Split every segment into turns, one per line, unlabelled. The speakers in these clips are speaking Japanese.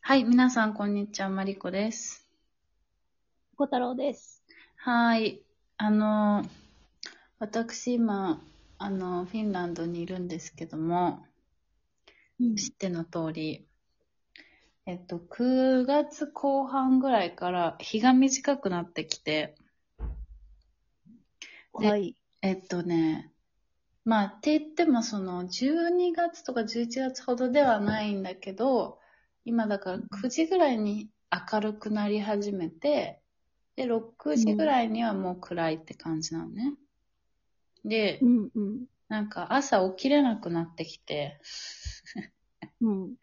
はい、皆さん、こんにちは。マリコです。
小太郎です。
はーい。あの、私、今、あの、フィンランドにいるんですけども、
うん。
知っての通り、えっと、9月後半ぐらいから日が短くなってきて、
は
で、
い。
えっとね、まあ、って言っても、その、12月とか11月ほどではないんだけど、今だから9時ぐらいに明るくなり始めて、で、6
う
時ぐ
ん。
らいにはもう暗いって感じなのね。
う
で、
ん、うん、
なんか朝起きれなくなってきて、
うん。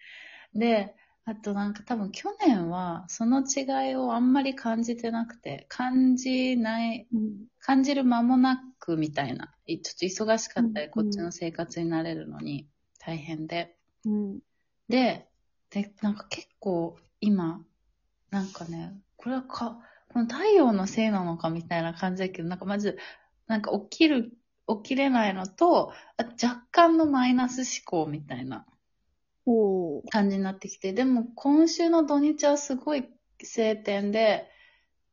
で、あとなんか多分去年はその違いをあんまり感じてなくて、感じない、
うん、
感じる間もなくみたいな、いちょっと忙しか
う
った
ん、
り、こ
う
っちの
ん、
生活に慣れるのに大変で。
うん。
で、で、なんか結構今、なんかね、これはか、この太陽のせいなのかみたいな感じだけど、なんかまず、なんか起きる、起きれないのと、あ若干のマイナス思考みたいな
おー。
感じになってきて、でも今週の土日はすごい晴天で、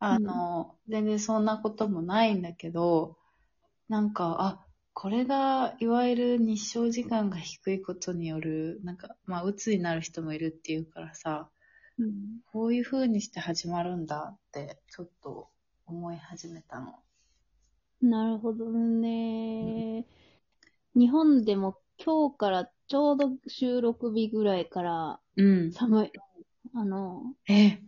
う
あ
ん、
の、全然そんなこともないんだけど、なんか、あ、これが、いわゆる日照時間が低いことによる、なんか、まあ、鬱になる人もいるっていうからさ、
うん。
こういう風にして始まるんだって、ちょっと思い始めたの。
なるほどね。日本でも今日からちょうど収録日ぐらいから
うん。
寒い。あの、
え、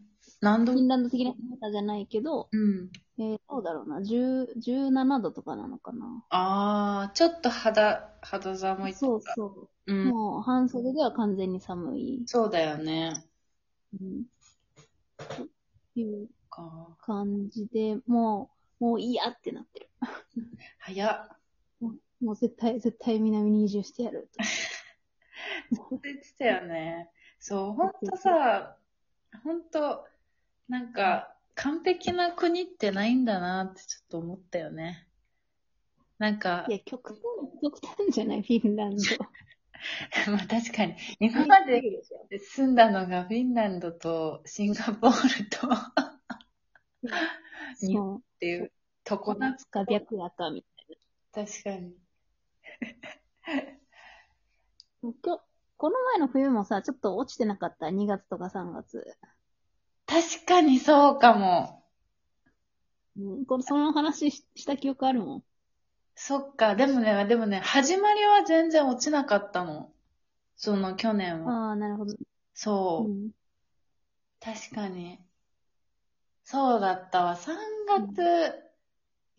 何
フ
度
ィンランド的な寒さじゃないけど、
うん。
えー、どうだろうな。10、17度とかなのかな。
あー、ちょっと肌、肌寒いと
そう
か。
そうう。
ん。
もう半袖では完全に寒い。
そうだよね。
うん。という
か。
感じで、もう、もういいやってなってる。
早っ。
もう、もう絶対、絶対南に移住してやる と思って。
言ってたよね。そう、ほ
そ
ん
うそう
と
そう。
さ、ほんと、なんか、完璧な国ってないんだなってちょっと思ったよね。なん
い
か、
や、極端、極端じゃない、フィンランド。
まあ確かに、今
あり
ます
ぎ
で
るでしょ。
住んだのがフィンランドとシンガポールと
いや、
日本っ
そう。
てい
そう
とこ
同
だっ
じか
た。
白夜かみたい
確かに。
な。今日、この前の冬もさ、ちょっと落ちてなかった。2月とか3月。
確かにそうかも。
うん、これ、その話し、した記憶あるもん。
そっか、でもね、でもね、始まりは全然落ちなかったの。その去年は。
ああ、なるほど。う
そう。
ん。
確かに。そうだったわ。3
うん。
月、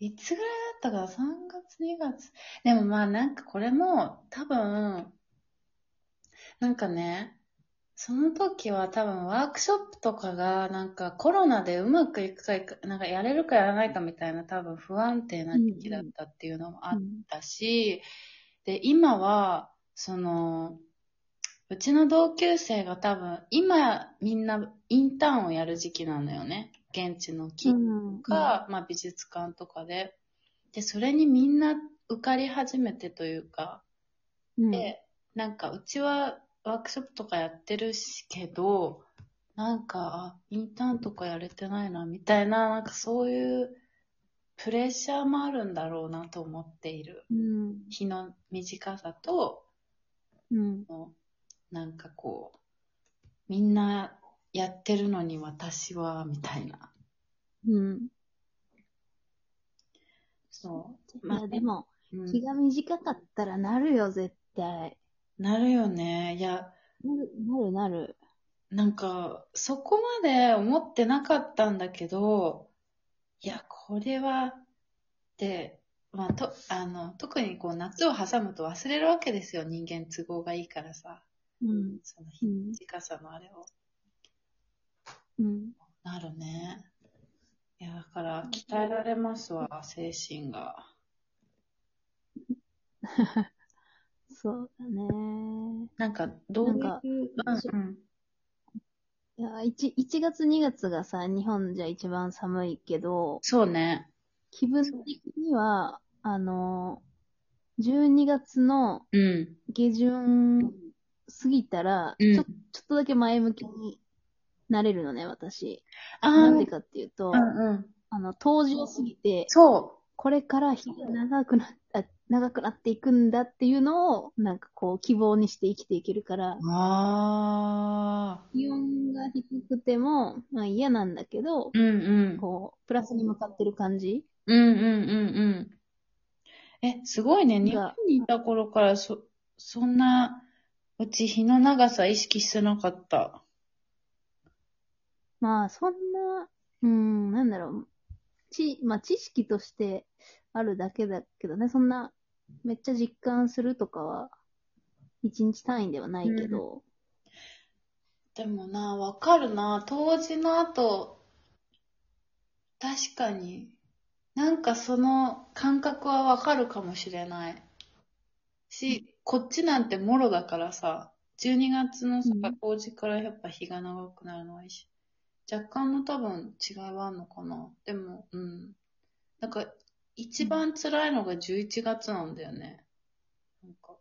いつぐらいだったかな ?3 月、2月。でもまあなんかこれも多分、なんかね、その時は多分ワークショップとかがなんかコロナでうまくいくかいか、なんかやれるかやらないかみたいな多分不安定
う
な時期だっ
ん、
たっていうのもあっ
うん、
たし、で、今は、その、うちの同級生が多分、今みんなインターンをやる時期なのよね。現地の
う
企業
ん、
と
うん。
か、まあ美術館とかで。で、それにみんな受かり始めてというか、
うん。
で、なんかうちはワークショップとかやってるしけど、なんか、あインターンとかやれてないな、みたいな、なんかそういうプレッシャーもあるんだろうなと思っている。
うん。
日の短さと、
うん。
のなんかこう、みんなやってるのに私は、みたいな。
うん。
そう。
い
まあ
や、で
ね。
も、
う
日
ん。
が短かったらなるよ、絶対。
なるよね。いや、
なる、なる、なる。
なんか、そこまで思ってなかったんだけど、いや、これは、で、まあ、と、あの、特にこう、夏を挟むと忘れるわけですよ。人間都合がいいからさ。
うん、
その
う
日の
ん、
短さのあれを。
うん。
なるね。いや、だから、
そう
鍛えられますわ、精神が。
そうだね。
なんか、ど
な
うんいう、
か、し
うん、
いや、1、1月2月がさ、日本じゃ一番寒いけど、
そうね。
気分的には、あの、12月の
うん。
下旬過ぎたら、
う
ちょ、
ん。
ちょっとだけ前向きになれるのね、私。
ああ、う
なん
ん
でかっていう
う
と、
ん。
あの、当時を過ぎて、
そ
これから日々長くなっあ長くなっていくんだっていうのを、なんかこう、希望にして生きていけるから、
う。ああ。
気温が低くても、まあ嫌なんだけど、
うんうん。
こう、プラスに向かってる感じ
うんうんうんうん。え、すごいね。日本
が
にいた頃からそ、そんな、うち日の長さ意識してなかった。
まあ、そんな、うん、なんだろう、ち、まあ、知識としてあるだけだけどね、そんな、めっちゃ実感するとかは、一日単位ではないけど、
でもな、わかるな。当時の後、確かに、なんかその感覚はわかるかもしれない。し、こっちなんてもろだからさ、12月のさ
うん、
冬至からやっぱ日が長くなるのはいいし、若干の多分違いはあるのかな。でも、うん。なんか、一番辛いのが11月なんだよね。なんか、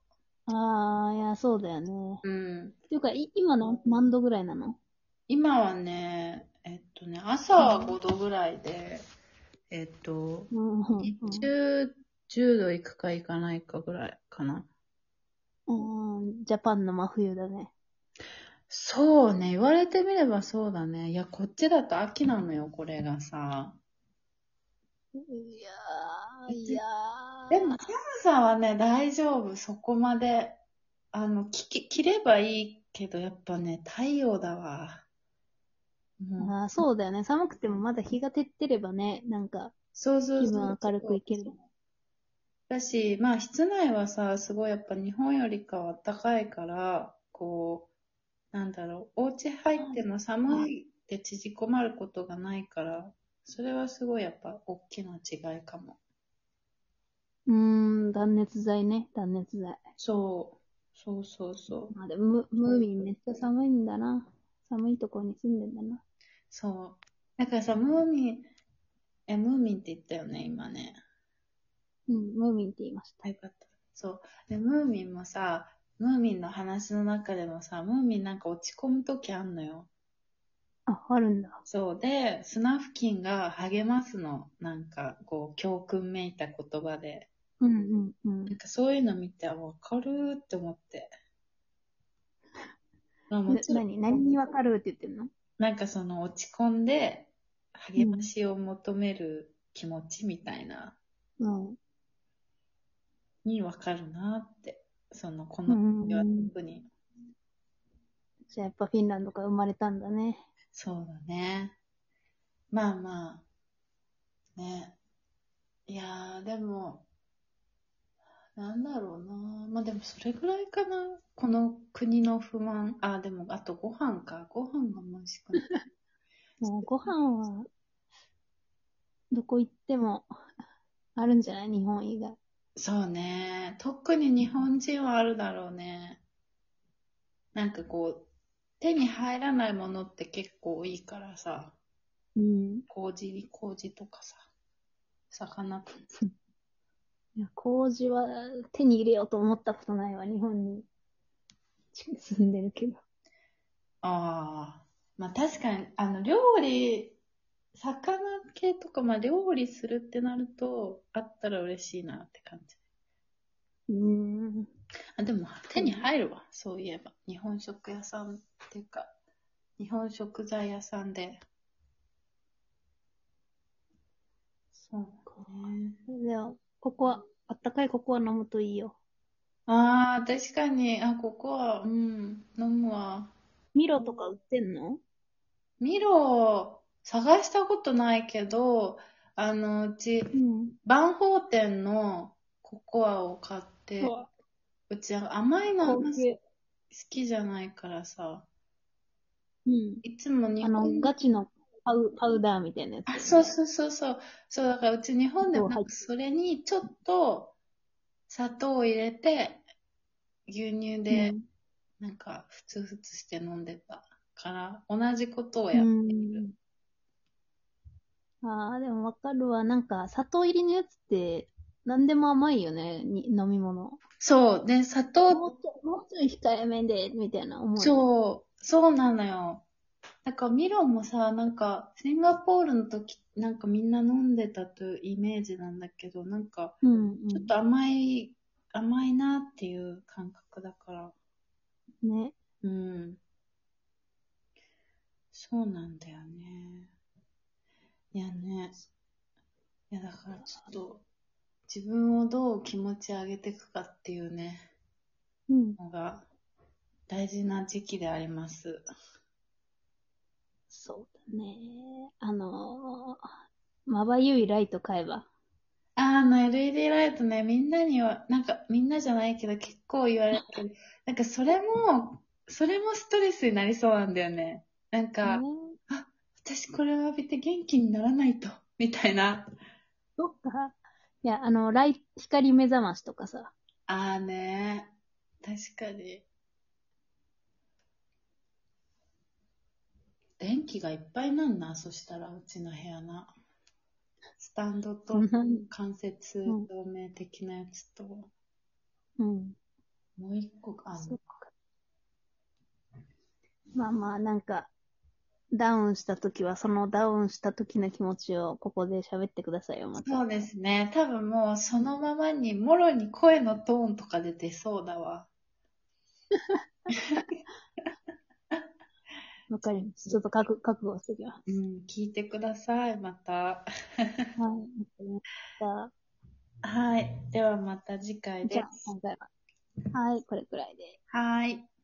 ああ、いや、そうだよね。
うん。
っていうか、い今の何度ぐらいなの
今はね、えっとね、朝は5度ぐらいで、えっと、
うん、うん、
日中10度いくかいかないかぐらいかな。
うん、ジャパンの真冬だね。
そうね、言われてみればそうだね。いや、こっちだと秋なのよ、これがさ。
いやー、いやー。
でも、寒さはね、大丈夫、そこまで。あの、きき着ればいいけど、やっぱね、太陽だわ。もう、
あーそうだよね。寒くてもまだ日が照ってればね、なんか、
そうそう
気
そう
分明るくいける。
だし、まあ室内はさ、すごいやっぱ日本よりかは暖かいから、こう、なんだろう、お家入っても寒いって縮こまることがないから、それはすごいやっぱ大きな違いかも。
うーん、断熱材ね、断熱材。
そう、そうそうそう。
まあでも、ムムーミンめっちゃ寒いんだな。寒いところに住んでんだな。
そう。だからさ、ムーミン、え、ムーミンって言ったよね、今ね。
うん、ムーミンって言いました。
あ、よかった。そう。で、ムーミンもさ、ムーミンの話の中でもさ、ムーミンなんか落ち込むときあんのよ。
あ、あるんだ。
そうで、スナフキンが励ますの。なんか、こう、教訓めいた言葉で。
うんうんうん
なん。かそういうの見て、あわかるーって思って。まあも
な
ちろん、
何、何にわかるって言ってんの
なんかその落ち込んで、励ましを求める気持ちみたいな、
うん。
にわかるなって。その、こ
う
の
んうん
時は
うん、
特に。
じゃあやっぱフィンランドから生まれたんだね。
そうだね。まあまあ、ね。いやー、でも、なんだろうな。まあでもそれぐらいかな。この国の不満。あ、でもあとご飯か。ご飯が美味しくない。
もうご飯は、どこ行っても、あるんじゃない日本以外。
そうね。特に日本人はあるだろうね。なんかこう、手に入らないものって結構多いからさ。
うん。
麹、麹とかさ。魚とか。
いや、麹は手に入れようと思ったことないわ、日本に住んでるけど。
ああ。まあ確かに、あの、料理、魚系とか、まあ料理するってなると、あったら嬉しいなって感じ。
うーん。
あ、でも手に入るわ、そういえば。日本食屋さんっていうか、日本食材屋さんで。そうだね。
でも、ここは、あったかいココア飲むといいよ。
ああ、確かに、あ、ここは、うん、飲むわ。
ミロとか売ってんの
ミロ、探したことないけど、あの、うち、
うん。
万宝店のココアを買って、
そう
ち甘いのあん
高
ま好
級。
きじゃないからさ、
うん。
いつも日
あの、
本
ガチのパウパウダーみたいなやつ。
あ、そうそうそうそう。そう、だからうち日本でも
そう
な
は
ん
い
かそれにちょっと砂糖を入れて、牛乳で
うん
なんかふつふつして飲んでたから、同じことをやっ
う
ている。
ん。ああ、でもわかるわ。なんか、砂糖入りのやつって、何でも甘いよね、に飲み物。
そう、で、砂糖、
もうちょい、もうちょい控えめで、みたいな思う。う。
そう、そうなのよ。なんかミロもさ、なんかシンガポールの時、なんかみんな飲んでたというイメージなんだけど、なんか
うん、うん。
ちょっと甘い、甘いなっていう感覚だから。
ね。
うん。そうなんだよね。いやね。いやだからちょっと、自分をどう気持ち上げていくかっていうね、
うん。
のが大事な時期であります。
そうだね。あのー、まばゆいライト買えば。
あーあの LED ライトね、みんなには、なんかみんなじゃないけど結構言われてる。なんかそれも、それもストレスになりそうなんだよね。なんか、
ね
私これを浴びて元気にならないと、みたいな。
そっか。いや、あの、ライ、光目覚ましとかさ。
ああね確かに。電気がいっぱいなんな、そしたらうちの部屋な。スタンドと
うん
間接
うん
照明的なやつと、も
うん。
う一個あ
そ
の
っか。まあまあ、なんか、ダウンしたときは、そのダウンしたときの気持ちをここで喋ってくださいよ、また。
そうですね。多分もうそのままに、もろに声のトーンとかで出そうだわ。
わかります。ちょっと覚覚悟してきます。
うん、聞いてください、また。
はい。わかりました
はい。ではまた次回
じ
で
ゃあ、
す。
今回は。はい、これくらいで。
はい。